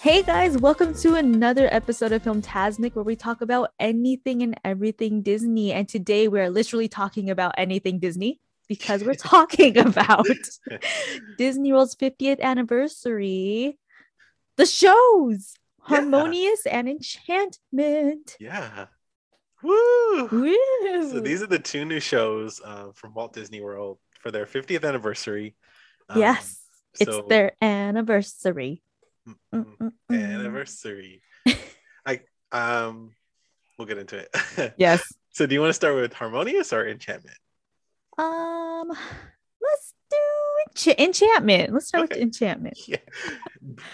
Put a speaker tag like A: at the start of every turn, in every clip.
A: Hey guys, welcome to another episode of Film Tasmic where we talk about anything and everything Disney. And today we're literally talking about anything Disney because we're talking about Disney World's 50th anniversary, the shows
B: Yeah.
A: Harmonious and Enchantment.
B: Yeah. Woo!
A: Woo.
B: So these are the two new shows uh, from Walt Disney World for their 50th anniversary. Um,
A: yes, it's
B: so-
A: their anniversary.
B: Mm,
A: Mm,
B: mm,
A: mm, mm.
B: anniversary. I um, we'll get into it.
A: Yes.
B: So, do you want to start with Harmonious or Enchantment?
A: Um, let's do encha- enchantment. Let's start
B: Okay.
A: with enchantment.
B: yeah.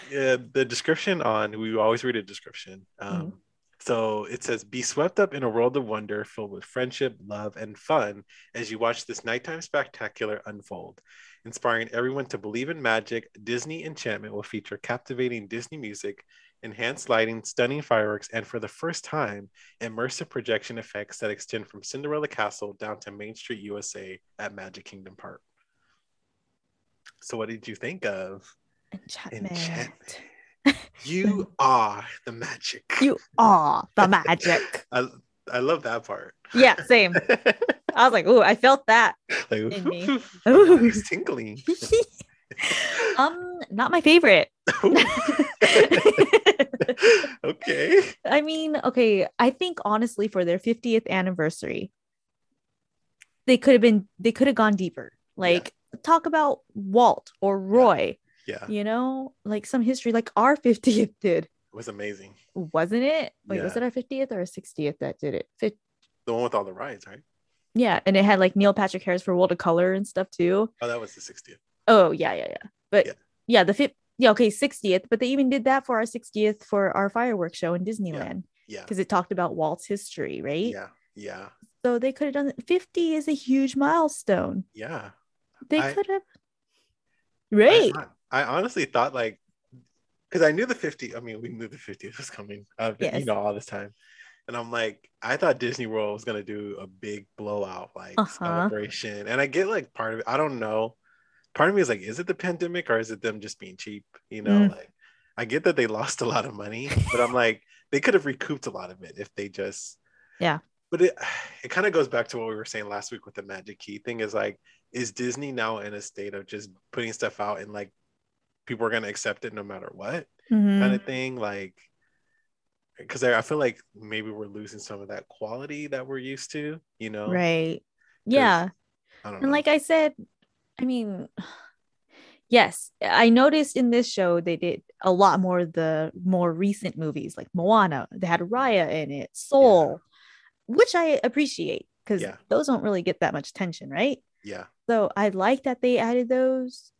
B: yeah uh, the description on we always read a description um so it says be swept up in a world of wonder filled with friendship love and fun as you watch this nighttime spectacular unfold inspiring everyone to believe in magic disney enchantment will feature captivating disney music enhanced lighting stunning fireworks and for the first time immersive projection effects that extend from cinderella castle down to main street usa at magic kingdom park so what did you think of
A: Enchantment.
B: Enchantment. you are the magic.
A: You are the magic.
B: I, I love that part.
A: Yeah, same.
B: like,
A: I was like, ooh, I felt that. In me. Ooh.
B: it's tingling.
A: um, not my favorite.
B: okay.
A: I mean, okay, I think honestly for their 50th anniversary, they could have been they could have gone deeper. Like talk about Walt or Roy,
B: Yeah,
A: you know, like some history like our 50th did.
B: it was amazing.
A: Wasn't it? Wait, was
B: Yeah.
A: it our 50th or our 60th that did it? Fif-
B: The one with all the rides, right?
A: yeah, and it had like Neil Patrick Harris for World of Color and stuff too.
B: Oh, that was the 60th.
A: Oh yeah, yeah, yeah. But yeah,
B: Yeah.
A: the fifth, yeah, okay, sixtieth. But they even did that for our sixtieth for our fireworks show in Disneyland
B: Yeah.
A: because it talked about Walt's history, right?
B: Yeah. Yeah.
A: So they could have done fifty is a huge milestone.
B: Yeah.
A: They
B: I-
A: could have.
B: I
A: Right.
B: hon- I, honestly thought like, because I knew the 50, I mean, we knew the 50th was coming, I've been,
A: Yes.
B: you know, all this time. And I'm like, I thought Disney World was going to do a big blowout, like
A: Uh-huh.
B: celebration. And I get like part of it, I don't know. Part of me is like, is it the pandemic or is it them just being cheap? You know,
A: Mm.
B: like I get that they lost a lot of money, but I'm like, they could have recouped a lot of it if they just,
A: Yeah.
B: But it, it kind of goes back to what we were saying last week with the Magic Key thing is like, is Disney now in a state of just putting stuff out and like people are going to accept it no matter what
A: Mhm.
B: kind of thing? Like, because I, I feel like maybe we're losing some of that quality that we're used to, you know?
A: Right. Yeah.
B: I don't know.
A: And like I said, I mean, yes, I noticed in this show they did a lot more of the more recent movies like Moana. They had Raya in it, Soul, which I appreciate because
B: Yeah.
A: those don't really get that much attention, right?
B: yeah.
A: So I like that they added those,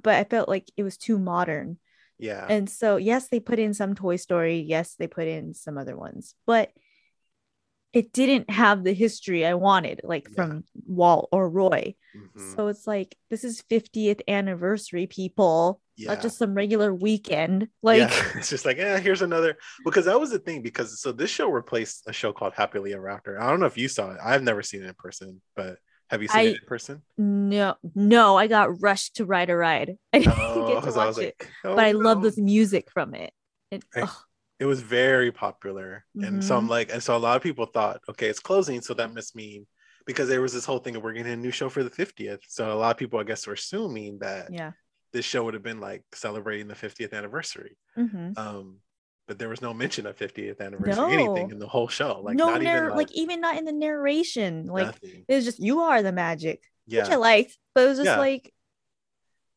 A: but I felt like it was too modern.
B: Yeah.
A: And so, yes, they put in some Toy Story. Yes, they put in some other ones, but it didn't have the history I wanted, like
B: Yeah.
A: from Walt or Roy.
B: Mhm.
A: So it's like this is 50th anniversary, people,
B: Yeah.
A: not just some regular weekend. Like,
B: Yeah. it's just like, eh, here's another. Because that was the thing. Because so this show replaced a show called Happily Ever After. I don't know if you saw it. I've never seen it in person, but have you seen
A: I-
B: it in person?
A: no, no, I got rushed to ride a ride. I didn't get to
B: so
A: watch it,
B: like, oh,
A: but I love
B: no.
A: this music from it. It-
B: I-
A: ugh,
B: it was very popular and so
A: Mm-hmm.
B: i'm like and so a lot of people thought okay it's closing so that must mean because there was this whole thing of we're getting a new show for the 50th so a lot of people i guess were assuming that
A: yeah.
B: this show would have been like celebrating the 50th anniversary
A: Mhm.
B: um but there was no mention of 50th anniversary anything
A: No.
B: in the whole show like
A: no,
B: not even
A: narr-
B: like,
A: like, even not in the narration. Like,
B: nothing
A: it was just you are the magic, which I
B: yeah
A: liked, but it was just
B: Yeah.
A: like,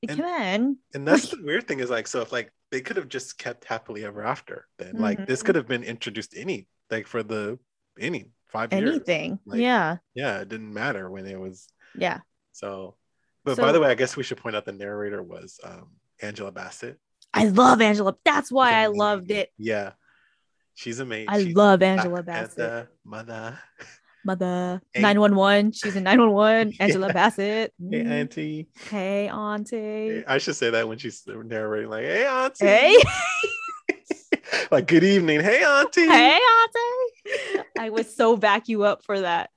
B: And-
A: come on.
B: and that's the weird thing is like so if like they could have just kept happily ever after then like this
A: Mhm.
B: could have been introduced any like for the any five years
A: Anything.
B: like-
A: yeah.
B: yeah it didn't matter when it was
A: Yeah.
B: So, but by
A: So-
B: the way, I guess we should point out the narrator was um, Angela Bassett.
A: I love Angela. That's why I
B: Amazing.
A: loved it.
B: Yeah, she's amazing.
A: I love Angela Bassett.
B: Mother,
A: mother
B: Hey.
A: 911 she's in 911 angela
B: Yeah.
A: bassett
B: hey
A: Mm.
B: auntie.
A: hey auntie
B: I should say that when she's narrating, like, "Hey auntie,"
A: hey
B: like, "Good evening, hey auntie."
A: hey auntie i would so back you up for that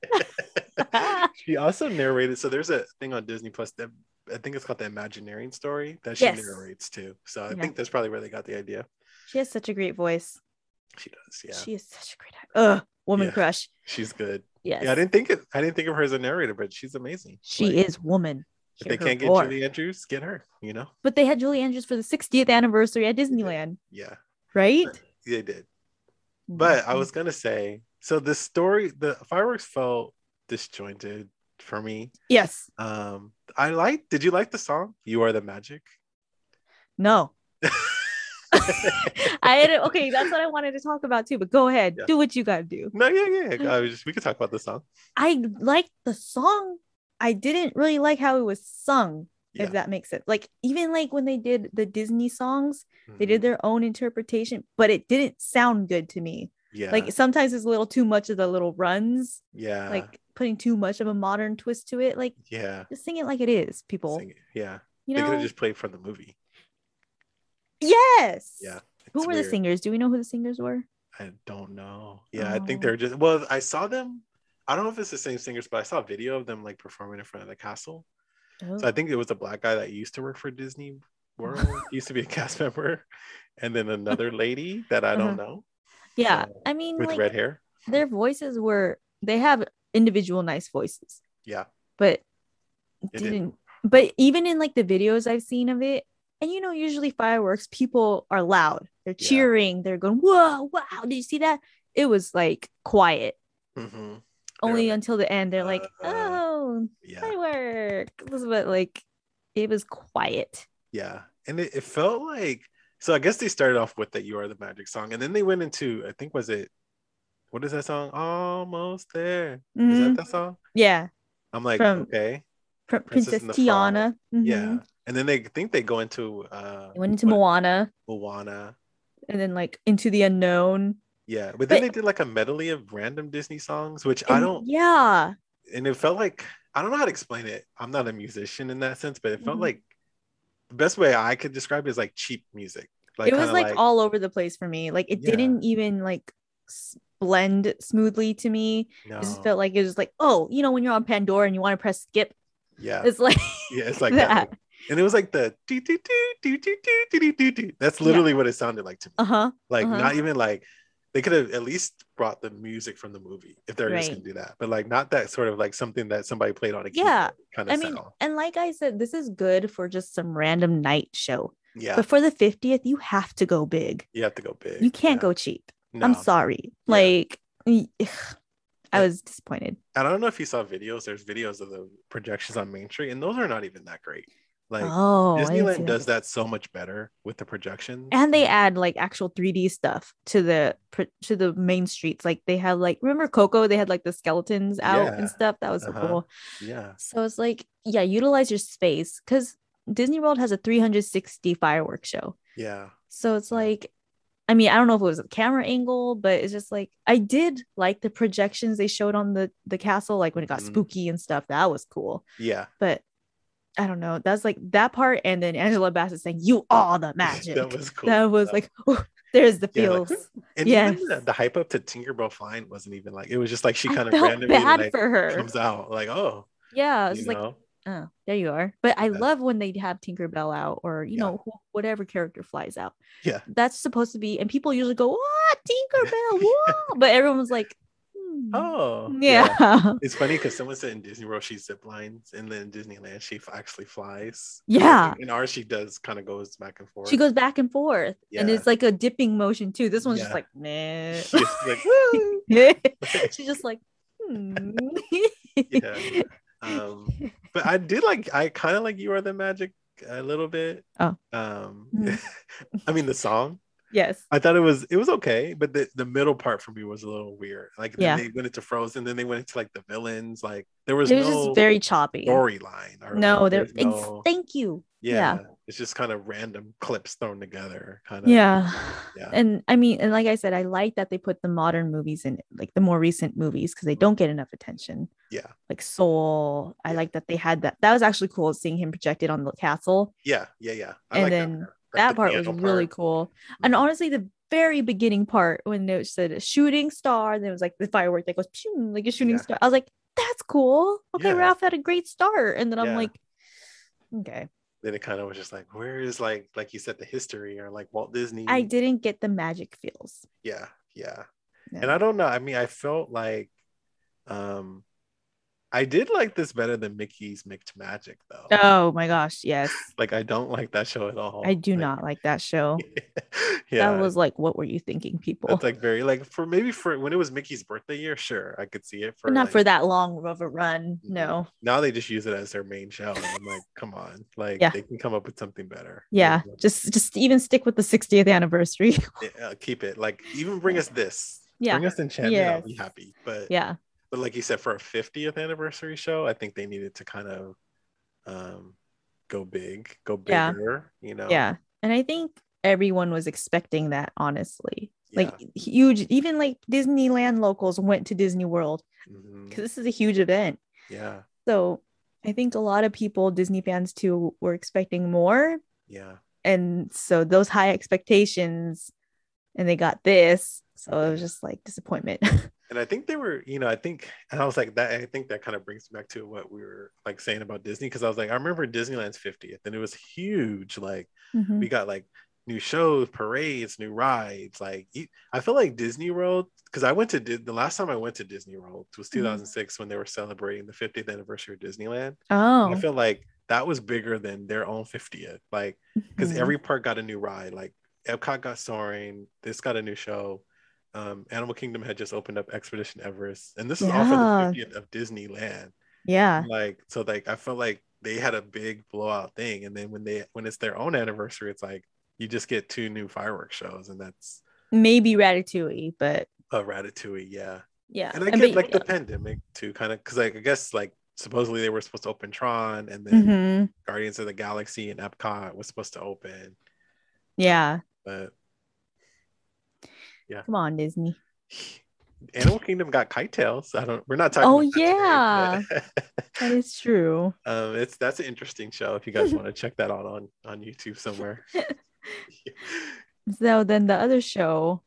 B: she also narrated. So there's a thing on Disney Plus that I think it's called the Imagineering story that she
A: Yes.
B: narrates too. So I
A: Yeah.
B: think that's probably where they got the idea.
A: She has such a great voice.
B: She does. Yeah.
A: She is such a great act- Ugh, woman
B: Yeah.
A: crush.
B: She's good.
A: Yes.
B: Yeah, I didn't think it, I didn't think of her as a narrator, but she's amazing.
A: she
B: Like,
A: is woman.
B: If
A: Hear
B: they
A: her
B: can't get
A: roar.
B: Julie Andrews, get her. You know?
A: But they had Julie Andrews for the 60th anniversary at Disneyland,
B: Yeah,
A: right?
B: they did. But I was gonna say, so the story, the fireworks felt disjointed for me.
A: yes.
B: Um, I like. Did you like the song? You are the magic.
A: No. I had a- okay, that's what I wanted to talk about too. But go ahead,
B: Yeah.
A: do what you gotta do.
B: No, yeah, yeah. yeah. I was just, we could talk about the song.
A: I liked the song. I didn't really like how it was sung,
B: Yeah.
A: if that makes sense. Like even like when they did the Disney songs, they
B: Mhm.
A: did their own interpretation, but it didn't sound good to me.
B: Yeah,
A: Like sometimes it's a little too much of the little runs,
B: yeah,
A: like putting too much of a modern twist to it. Like
B: yeah.
A: just sing it like it is, people.
B: Sing it. Yeah,
A: you
B: they could
A: know?
B: have just played from the movie.
A: yes.
B: Yeah,
A: Who
B: It's
A: were the
B: weird.
A: singers? Do we know who the singers were?
B: I don't know. Yeah, I think
A: Oh.
B: they're just. Well, I saw them. I don't know if it's the same singers, but I saw a video of them like performing in front of the castle.
A: Oh.
B: So I think it was a black guy that used to work for Disney World. he used to be a cast member, and then another lady that I don't know
A: yeah.
B: uh,
A: I mean,
B: with
A: Uh-huh. like,
B: red hair.
A: their voices were they have individual nice voices
B: Yeah,
A: but
B: They
A: didn't
B: did.
A: but even in like the videos i've seen of it and you know usually fireworks people are loud they're
B: Yeah.
A: cheering they're going whoa wow did you see that it was like quiet
B: hmm
A: only
B: like,
A: until the end they're like
B: uh,
A: oh
B: yeah,
A: firework it was but like it was quiet
B: yeah. And it, it felt like so. I guess they started off with that "You Are the Magic" song, and then they went into I think was it what is that song? Almost there. Is
A: Mhm.
B: that that song?
A: yeah
B: I'm like
A: From-
B: okay,
A: Pr-
B: Princess
A: princess,
B: and the Frog.
A: tiana
B: yeah.
A: mhm.
B: And then they think they go into uh
A: They went into
B: what-
A: moana
B: Moana.
A: and then like into the unknown
B: Yeah, but then
A: But-
B: they did like a medley of random Disney songs, which I
A: And-
B: don't
A: yeah
B: and it felt like I don't know how to explain it. I'm not a musician in that sense, but it felt
A: Mhm.
B: like the best way I could describe it is like cheap music. Like
A: it was
B: kinda
A: like, all over the place for me. Like it
B: Yeah.
A: didn't even like s- blend smoothly to me. It just
B: no,
A: felt like it was like, oh, you know, when you're on Pandora and you want to press skip,
B: yeah,
A: it's like
B: yeah, it's like that.
A: that.
B: And it was like the do do do do do do do do do do. That's
A: Yeah.
B: literally what it sounded like to me.
A: Uh huh.
B: Like
A: uh-huh.
B: not even like they could have at least brought the music from the movie if they're just gonna
A: Right.
B: do that, but like not that sort of like something that somebody played on a
A: Yeah,
B: keyboard kind of
A: I mean,
B: sound.
A: and like I said, this is good for just some random night show.
B: Yeah,
A: But for the 50th, you have to go big.
B: you have to go big.
A: You can't
B: yeah.
A: go cheap.
B: No.
A: I'm sorry. Like, y- ugh, I
B: Yeah.
A: was disappointed.
B: I don't know if you saw videos. There's videos of the projections on Main Street, and those are not even that great. Like
A: oh, I didn't see
B: Disneyland
A: that.
B: does that so much better with the projections.
A: and they add like actual 3D stuff to the pr- to the main streets. Like they have like remember Coco, they had like the skeletons out
B: Yeah.
A: and stuff. That was so
B: Uh-huh.
A: cool.
B: yeah,
A: So it's like yeah, utilize your space because Disney World has a 360 fireworks show.
B: yeah,
A: So it's
B: Yeah.
A: like, I mean, I don't know if it was a camera angle, but it's just like I did like the projections they showed on the the castle, like when it got
B: Mhm.
A: spooky and stuff. That was cool,
B: yeah.
A: but. I don't know. That's like that part, and then Angela Bassett saying "You are the magic."
B: that was cool.
A: That was like, "Ooh, there's the
B: Yeah, like,
A: feels.
B: and even
A: yes.
B: the, the hype up to Tinkerbell flying wasn't even like it was just like she
A: I
B: kind of
A: felt
B: randomly
A: bad
B: like
A: for her.
B: comes out like oh
A: Yeah, it's
B: you
A: just like,
B: know
A: oh, there you are. But I
B: Yeah.
A: love when they have Tinkerbell out, or you
B: Yeah.
A: know, wh- whatever character flies out.
B: Yeah.
A: that's supposed to be, and people usually go, "Ah, Tinkerbell!" Whoa! But everyone's like, hmm,
B: oh
A: yeah, yeah."
B: It's funny because someone said in Disney World she zip lines, and then in Disneyland she f- actually flies.
A: Yeah.
B: in ours she does kind of goes back and forth.
A: She goes back and forth, and
B: Yeah.
A: it's like a dipping motion too. This one's just
B: Yeah.
A: like, meh.
B: She's like, "Woo!"
A: She's just like, hmm.
B: Yeah. um, but I did like I kind of like you are the magic a little bit.
A: Oh.
B: Um,
A: Mm.
B: I mean the song.
A: yes.
B: I thought it was it was okay, but the, the middle part for me was a little weird. Like then
A: Yeah.
B: they went into Frozen, then they went into like the villains. Like there was,
A: it was
B: no
A: just very choppy.
B: storyline. or,
A: No,
B: like,
A: there.
B: there's
A: ex-
B: no-
A: Thank you.
B: yeah,
A: yeah.
B: It's just kind of random clips thrown together. Kind of.
A: Yeah.
B: Yeah.
A: And I mean, and like I said, I like that they put the modern movies in, it, like the more recent movies, because they don't get enough attention.
B: Mm-hmm. Yeah.
A: Like Soul, I
B: Yeah.
A: like that they had that. That was actually cool seeing him projected on the castle.
B: Yeah. Yeah. Yeah.
A: And
B: like
A: then
B: part. Like, the
A: That part was
B: piano
A: really
B: part.
A: cool. And
B: Mhm.
A: honestly, the very beginning part when they said a shooting star, and it was like the firework that goes "Pshing," like a shooting
B: Yeah.
A: star. I was like, that's cool. Okay,
B: Yeah.
A: Ralph had a great start. And then I'm
B: Yeah.
A: like, okay,
B: then it kind of was just like, where is like like you said the history or like Walt Disney?
A: I didn't get the magic feels.
B: yeah, yeah.
A: No.
B: And I don't know. I mean, I felt like um I did like this better than Mickey's Mixed Magic though.
A: Oh my gosh, yes.
B: Like I don't like that show at all.
A: I do
B: Like,
A: not like that show.
B: Oh, yeah.
A: That was like, what were you thinking, people?
B: that's like very like for maybe for when it was Mickey's birthday year, sure, I could see it for
A: But not for
B: like- Mm-hmm.
A: that long of a run. No.
B: Now they just use it as their main show. And I'm like, come on, like
A: Yeah.
B: they can come up with something better.
A: Yeah.
B: Like,
A: Just just even stick with the 60th anniversary.
B: yeah, keep it. Like even bring us this.
A: Yeah.
B: Bring us enchantment. I'll
A: Yes.
B: be happy. But
A: yeah.
B: but like you said, for a 50th anniversary show, I think they needed to kind of um go big, go
A: Yeah.
B: bigger, you know.
A: Yeah. And I think everyone was expecting that, honestly. Like
B: Yeah.
A: huge, even like Disneyland locals went to Disney World
B: Mhm.
A: because this is a huge event.
B: Yeah.
A: So I think a lot of people, Disney fans too, were expecting more.
B: Yeah.
A: And so those high expectations, and they got this. So it was just like disappointment.
B: And I think they were, you know, I think, and I was like that. I think that kind of brings me back to what we were like saying about Disney because I was like, I remember Disneyland's 50th, and it was huge. Like
A: Mhm.
B: we got like new shows, parades, new rides. Like you- I feel like Disney World because I went to Di- the last time I went to Disney World was
A: Mhm.
B: 2006 when they were celebrating the 50th anniversary of Disneyland. And
A: Oh,
B: I feel like that was bigger than their own 50th. Like because
A: Mhm.
B: every park got a new ride. Like Epcot got Soaring, this got a new show. Um, Animal Kingdom had just opened up Expedition Everest, and this is all for
A: Yeah.
B: the 50th of Disneyland.
A: Mm-hmm. yeah,
B: Like so, like I felt like they had a big blowout thing, and then when they when it's their own anniversary, it's like you just get two new fireworks shows, and that's
A: maybe Ratatouille, but
B: a Ratatouille, yeah.
A: yeah,
B: And I
A: And
B: get
A: but-
B: like the pandemic too, kind of because like I guess like supposedly they were supposed to open Tron, and then
A: Mhm.
B: Guardians of the Galaxy and Epcot was supposed to open,
A: yeah.
B: but
A: Come on, Disney.
B: Animal Kingdom got kite tails. I don't. We're not talking.
A: Oh,
B: about that today, but-
A: That is true.
B: um, it's that's an interesting show. If you guys want to check that out on on YouTube somewhere.
A: So then the other show,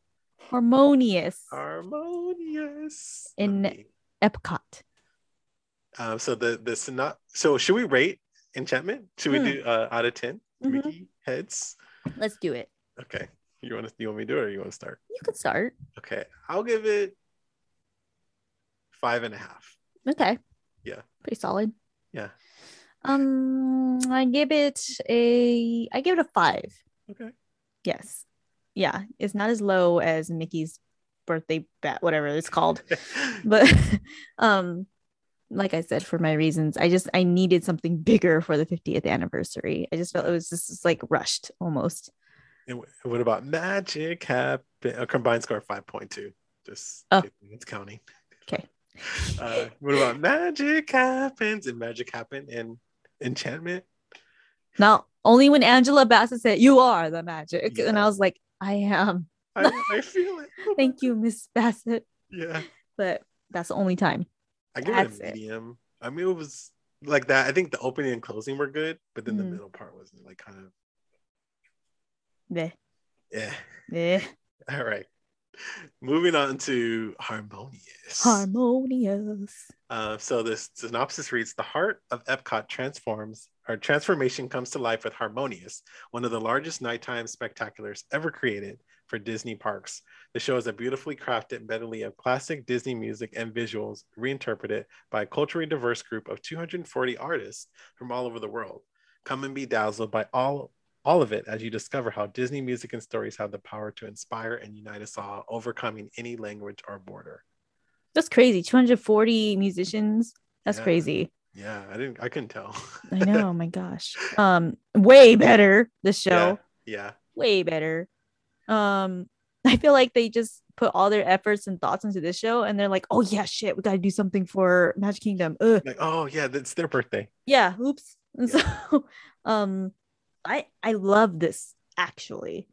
A: Harmonious
B: Harmonious. Let
A: In-
B: me-
A: Epcot.
B: Um, so the the synop- So should we rate Enchantment? Should we
A: Hmm.
B: do uh, out of 10
A: Mhm.
B: Mickey heads?
A: Let's do it.
B: Okay. You want to you want me to do it or you want to start?
A: You could start.
B: Okay. I'll give it five and a half.
A: Okay.
B: Yeah.
A: Pretty solid.
B: Yeah.
A: Um, I give it a I give it a five.
B: Okay.
A: Yes. Yeah. It's not as low as Mickey's birthday bat, whatever it's called. But um like I said, for my reasons, I just I needed something bigger for the 50th anniversary. I just felt it was just just, like rushed almost.
B: And wh- what about magic happen? A combined score of 5.2. Just
A: Oh.
B: it's counting.
A: Okay.
B: Uh, what about magic happens and magic happen and enchantment?
A: Now, only when Angela Bassett said, You are the magic. And
B: Yeah.
A: I was like, I am.
B: I, I feel it.
A: Thank you, Miss Bassett.
B: Yeah.
A: But that's the only time.
B: I give
A: That's
B: it a
A: it.
B: medium. I mean, it was like that. I think the opening and closing were good, but then the
A: Mhm.
B: middle part was like kind of,
A: Meh,
B: yeah.
A: meh.
B: All right. Moving on to harmonious.
A: Harmonious.
B: Uh, so this synopsis reads: The heart of Epcot transforms, or transformation comes to life with Harmonious, one of the largest nighttime spectaculars ever created for Disney parks. The show is a beautifully crafted medley of classic Disney music and visuals, reinterpreted by a culturally diverse group of 240 artists from all over the world. Come and be dazzled by all all of it as you discover how Disney music and stories have the power to inspire and unite us all, overcoming any language or border.
A: That's crazy. 240 musicians. That's
B: Yeah.
A: crazy.
B: Yeah, I didn't. I couldn't tell.
A: I know. oh my gosh. Um, way better the show.
B: Yeah.
A: Way better. Um, I feel like they just put all their efforts and thoughts into this show and they're like, oh yeah, shit, we gotta do something for Magic Kingdom. Ugh.
B: Like, oh yeah, that's their birthday.
A: yeah oops and so um i i love this actually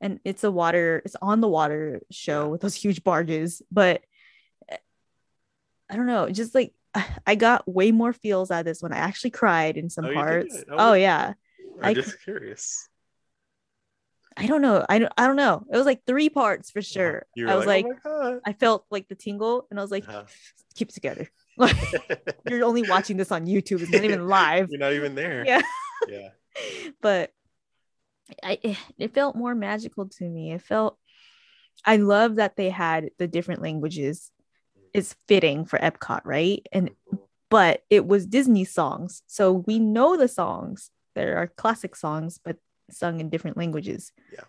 A: and it's a water it's on the water show
B: Yeah.
A: with those huge barges but eh, i don't know just like i got way more feels out of this one i actually cried in some
B: Oh, you did?
A: parts
B: That
A: oh
B: was-
A: yeah
B: I'm
A: I
B: just curious.
A: i don't know i don't i don't know it was like three parts for sure
B: You
A: i
B: were
A: was like,
B: like, oh
A: i felt like the tingle and i was like
B: Uh-huh.
A: keep it together like
B: my God.
A: you're only watching this on youtube it's not even live
B: You're not Uh-huh. even there.
A: yeah
B: Yeah.
A: but I, eh, it felt more magical to me. It felt, I love that they had the different languages. It's fitting for Epcot, right? And, but it was Disney songs. So we know the songs. There are classic songs, but sung in different languages.
B: Yeah.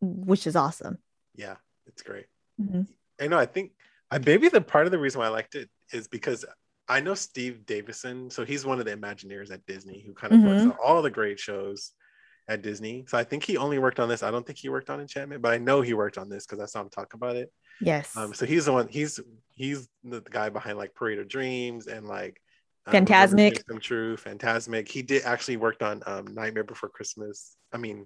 A: Which is awesome.
B: Yeah, it's great.
A: Mhm.
B: I know. I think I maybe the part of the reason why I liked it is because I know Steve Davison, so he's one of the Imagineers at Disney who kind of works
A: Mhm.
B: on all the great shows at Disney. So I think he only worked on this. I don't think he worked on Enchantment, but I know he worked on this because I saw him talk about it.
A: Yes.
B: Um, so he's the one. He's he's the guy behind like Parade of Dreams and like um,
A: Fantasmic.
B: Remember Dreams Come True, Fantasmic. He did actually worked on um, Nightmare Before Christmas. I mean,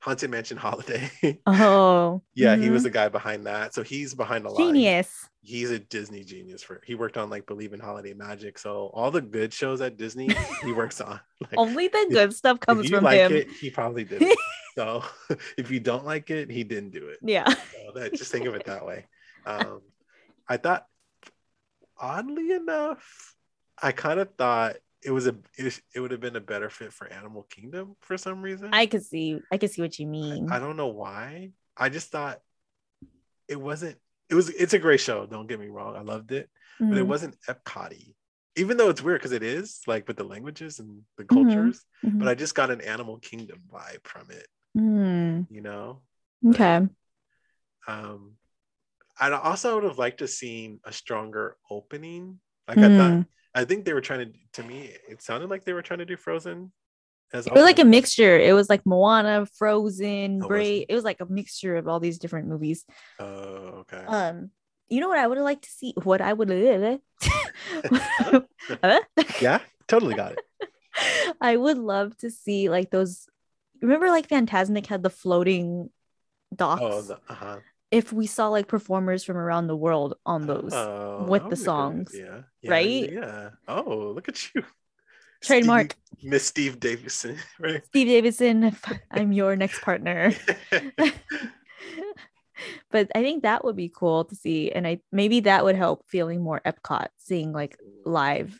B: Haunted Mansion Holiday.
A: oh.
B: yeah, he
A: mhm.
B: was the guy behind that. So he's behind a lot. He-
A: genius.
B: he's a Disney genius for he worked on like Believe in Holiday Magic. So all the good shows at Disney he works on. Like,
A: Only the good stuff
B: if
A: comes
B: you
A: from
B: like
A: him.
B: it, he probably did it. so if you don't like it, he didn't do it.
A: Yeah.
B: So Oh, that, just think of it that way. Um, I thought oddly enough, I kind of thought it was a it, was- it would have been a better fit for Animal Kingdom for some reason.
A: I could see. I could see what you mean.
B: I don't know why. I just thought it wasn't it was it's a great show, don't get me wrong. I loved it but it
A: Mhm,
B: wasn't Epcot-y. Even though it's weird because it is like with the languages and the cultures,
A: mhm.
B: but I just got an Animal Kingdom vibe from it,
A: Mm,
B: you know.
A: okay.
B: Um, I also would have liked to seen a stronger opening. Like I thought,
A: Mm.
B: I think they were trying to. To me, it sounded like they were trying to do Frozen. As
A: It was like a
B: opening.
A: mixture. It was like Moana, Frozen,
B: Oh, was
A: Brave.
B: it?
A: It was like a mixture of all these different movies.
B: Oh, okay.
A: Um, you know what I would have liked to see? What I would
B: yeah, totally got it.
A: I would love to see like those. Remember, like Fantasmic had the floating docks.
B: Oh, the, uh-huh.
A: If we saw like performers from around the world on those,
B: Oh,
A: with
B: that
A: the
B: was a good
A: songs,
B: idea. yeah,
A: right?
B: Yeah. Oh, look at you.
A: trademark
B: Steve- Miss Steve Davison, right?
A: Steve Davidson, I'm your next partner. but I think that would be cool to see, and I maybe that would help feeling more Epcot, seeing like live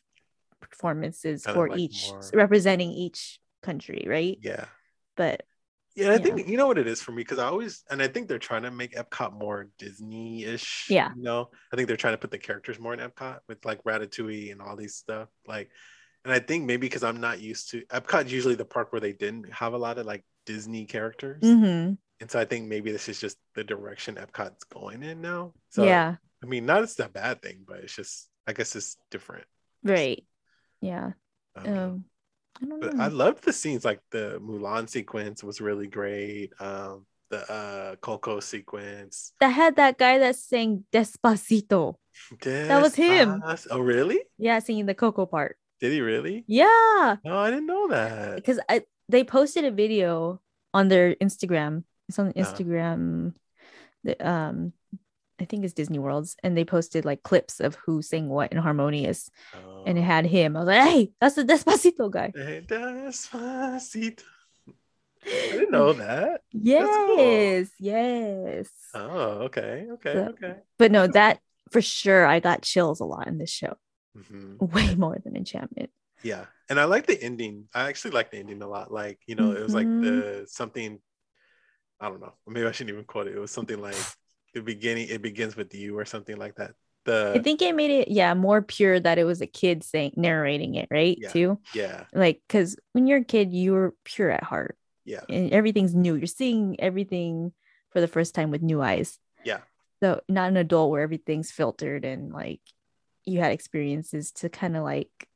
A: performances
B: Kinda
A: for
B: like
A: each
B: more-
A: representing each country, right?
B: yeah.
A: But
B: Yeah, I
A: Yeah.
B: think you know what it is for me because I always and I think they're trying to make Epcot more Disney-ish.
A: Yeah.
B: You know, I think they're trying to put the characters more in Epcot with like Ratatouille and all these stuff. Like, and I think maybe because I'm not used to Epcot's usually the park where they didn't have a lot of like Disney characters.
A: mhm,
B: And so I think maybe this is just the direction Epcot's going in now. So
A: yeah,
B: I mean, not it's a bad thing, but it's just I guess it's different.
A: right, yeah.
B: I don't know.
A: Um, I don't
B: but
A: know.
B: I loved the scenes. Like the Mulan sequence was really great. Um, the uh, Coco sequence.
A: that had that guy that sang Despacito. was him.
B: Despas- Oh, really?
A: Yeah, singing the Coco part.
B: Did he really?
A: Yeah.
B: No, I didn't know that.
A: because I they posted a video on their Instagram. It's on
B: Uh-huh.
A: Instagram. The um, I think it's Disney World's, and they posted like clips of who sang what in harmonious,
B: Oh.
A: and it had him. I was like, hey, that's the Despacito guy.
B: Eh, Despacito. I didn't know that. cool.
A: Yes, yes.
B: Oh, okay, okay,
A: So-
B: okay.
A: But no, that for sure. I got chills a lot in this show,
B: Mhm.
A: way more than Enchantment.
B: Yeah. And I like the ending. I actually like the ending a lot. Like, you know, it was
A: Mm-hmm.
B: like the something I don't know. Maybe I shouldn't even quote it. It was something like the beginning, it begins with you or something like that.
A: I
B: The
A: think it made it yeah more pure that it was a kid saying narrating it right
B: Yeah.
A: too.
B: yeah,
A: like because when you're a kid you're pure at heart
B: yeah,
A: and everything's new you're seeing everything for the first time with new eyes
B: Yeah.
A: so not an adult where everything's filtered and like you had experiences to kind of like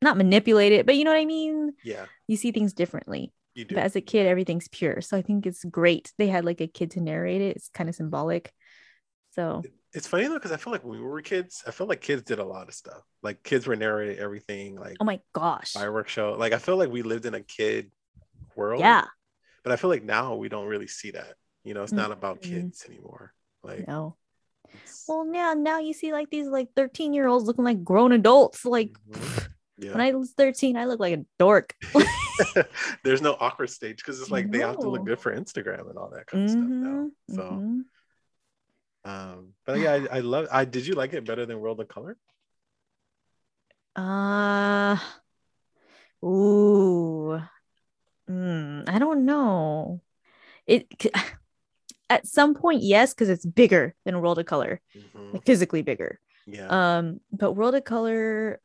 A: not manipulate it but you know what i mean
B: yeah.
A: you see things differently
B: You do.
A: but as a kid everything's pure so i think it's great they had like a kid to narrate it it's kind of symbolic so
B: It's funny though, because I feel like when we were kids, I feel like kids did a lot of stuff. Like kids were narrating everything, like
A: oh my gosh
B: fireworks show. Like I feel like we lived in a kid world.
A: yeah
B: But I feel like now we don't really see that. You know, it's not about
A: Mm-mm.
B: kids anymore. Like
A: no
B: it's-
A: well now now you see like these like 13 year olds looking like grown adults like
B: Mhm. yeah.
A: when i was 13 i looked like a dork
B: there's no awkward stage because it's like they have to look
A: No.
B: good for Instagram and all that kind of stuff now. So,
A: mhm.
B: um, but yeah, I, I love. I did you like it better than World of Color?
A: mm-hmm. uh ooh Mm, I don't know. It c- at some point, yes, because it's bigger than World of Color,
B: Mhm.
A: like physically bigger.
B: Yeah.
A: Um, but World of Color,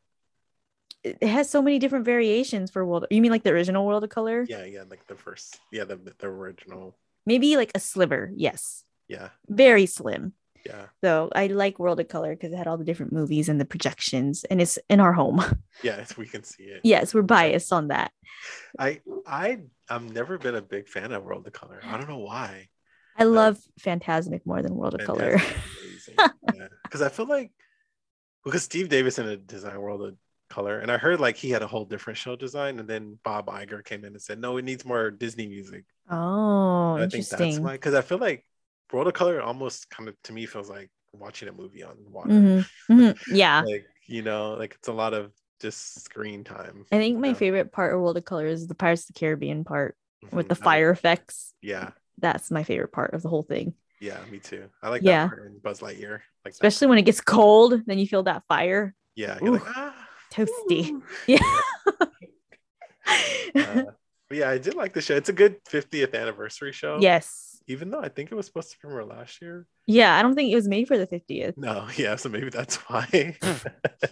A: it it has so many different variations for World. You mean like the original World of Color?
B: yeah. Yeah. Like the first. Yeah. The, the original.
A: Maybe like a sliver. Yes,
B: Yeah.
A: very slim.
B: Yeah.
A: So I like World of Color because it had all the different movies and the projections, and it's in our home.
B: Yeah. It's, we can see it.
A: yes, we're biased on that.
B: I I I've never been a big fan of World of Color. I don't know why.
A: I love Fantasmic more than World of Color.
B: Because I feel like because Steve Davis in a design World of Color, and I heard like he had a whole different show design, and then Bob Iger came in and said, "No, it needs more Disney music."
A: Oh,
B: And I think
A: interesting.
B: that's why. Because I feel like World of Color almost kind of to me feels like watching a movie on water.
A: Mm-hmm. Yeah.
B: Like you know, like it's a lot of just screen time.
A: I think
B: you
A: my
B: know?
A: favorite part of World of Color is the Pirates of the Caribbean part with
B: Mhm.
A: the
B: I like-
A: fire effects.
B: Yeah,
A: That's my favorite part of the whole thing.
B: yeah, me too. I like
A: Yeah.
B: that part in Buzz Lightyear, like that.
A: Especially when it gets cold, then you feel that fire.
B: Yeah, you're like,
A: Ooh.
B: "Ah,
A: Toasty.
B: ooh."
A: yes.
B: Uh, but yeah, I did like the show. It's a good 50th anniversary show. Even though I think it was supposed to premiere last year.
A: Yeah, I don't think it was made for the 50th.
B: No, yeah, so maybe that's why. maybe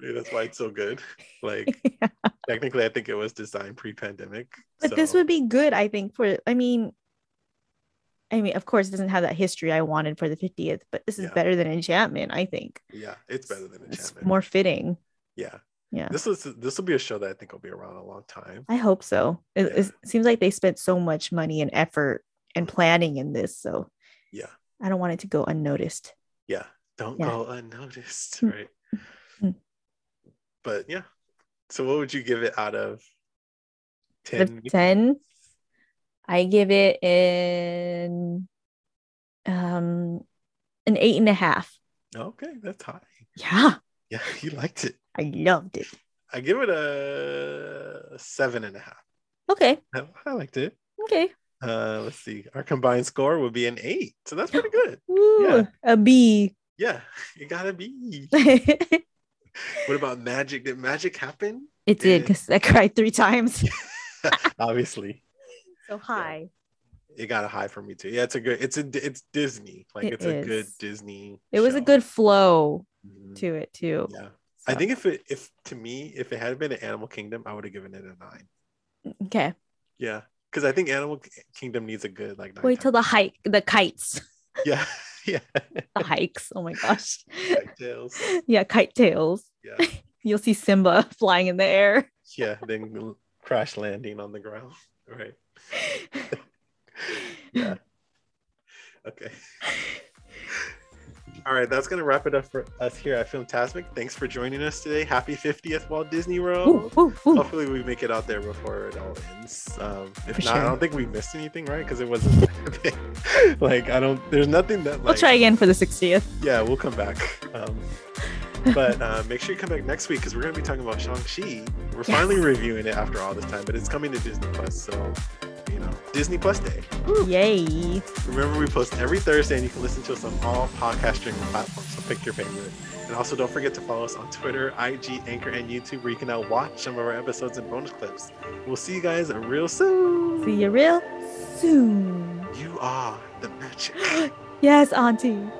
B: that's why it's so good. Like
A: Yeah.
B: technically, I think it was designed pre-pandemic.
A: But this
B: so-
A: would be good, I think, for I mean I mean, of course, it doesn't have that history I wanted for the 50th, but this is
B: Yeah.
A: better than enchantment, I think.
B: yeah, it's better than
A: It's
B: Enchantment.
A: more fitting.
B: yeah,
A: Yeah.
B: This was this will be a show that I think will be around a long time.
A: I hope so. It,
B: Yeah.
A: it seems like they spent so much money and effort and planning in this, so
B: Yeah,
A: I don't want it to go unnoticed.
B: yeah. Don't
A: Yeah.
B: go unnoticed,
A: Mm.
B: right?
A: Mm.
B: But yeah. So what would you give it out of
A: Out of
B: 10?
A: 10 I give it an um an eight and a half.
B: Okay, that's high.
A: Yeah,
B: Yeah, you liked it.
A: I loved it.
B: I give it a seven and a half.
A: Okay,
B: I- Oh, I liked it.
A: okay.
B: Uh, let's see. Our combined score would be an eight. So that's pretty good.
A: Woo, a B.
B: Yeah, you gotta be.
A: it
B: What about magic? Did magic happen?
A: did
B: Yeah.
A: because I cried three times.
B: Obviously,
A: So high.
B: it got a high for me too. Yeah, it's a good. It's a. It's Disney. Like
A: It
B: it's a good
A: is.
B: Disney.
A: It was a
B: show.
A: good flow
B: Mhm.
A: to it too.
B: Yeah, I
A: So,
B: think if it if to me if it had been an Animal Kingdom, I would have given it a nine.
A: okay.
B: Yeah, because I think Animal K- Kingdom needs a good like.
A: Wait till the hike, the kites,
B: nighttime- Yeah, yeah.
A: the hikes. Oh my gosh.
B: Like tails.
A: yeah, kite tails.
B: Yeah.
A: You'll see Simba flying in the air.
B: yeah then l- crash landing on the ground right yeah okay all right that's gonna wrap it up for us here at filmtasmic thanks for joining us today happy 50th walt disney
A: Ooh,
B: world
A: ooh, ooh.
B: hopefully we make it out there before it all ends um if
A: For
B: not i
A: sure.
B: don't think we missed anything right because it wasn't that big. like i don't there's nothing that like
A: We'll try again for the 60th.
B: yeah we'll come back um but uh, make sure you come back next week because we're going to be talking about Shang-Chi. We're finally reviewing it after all this time, but it's coming to Disney Plus. So, you know, Disney Plus Day.
A: Yay.
B: Remember, we post every Thursday and you can listen to us on all podcast streaming platforms. So pick your favorite. And also, don't forget to follow us on Twitter, IG, Anchor, and YouTube where you can now watch some of our episodes and bonus clips. We'll see you guys real soon.
A: See you real soon.
B: You are the magic.
A: yes, Auntie.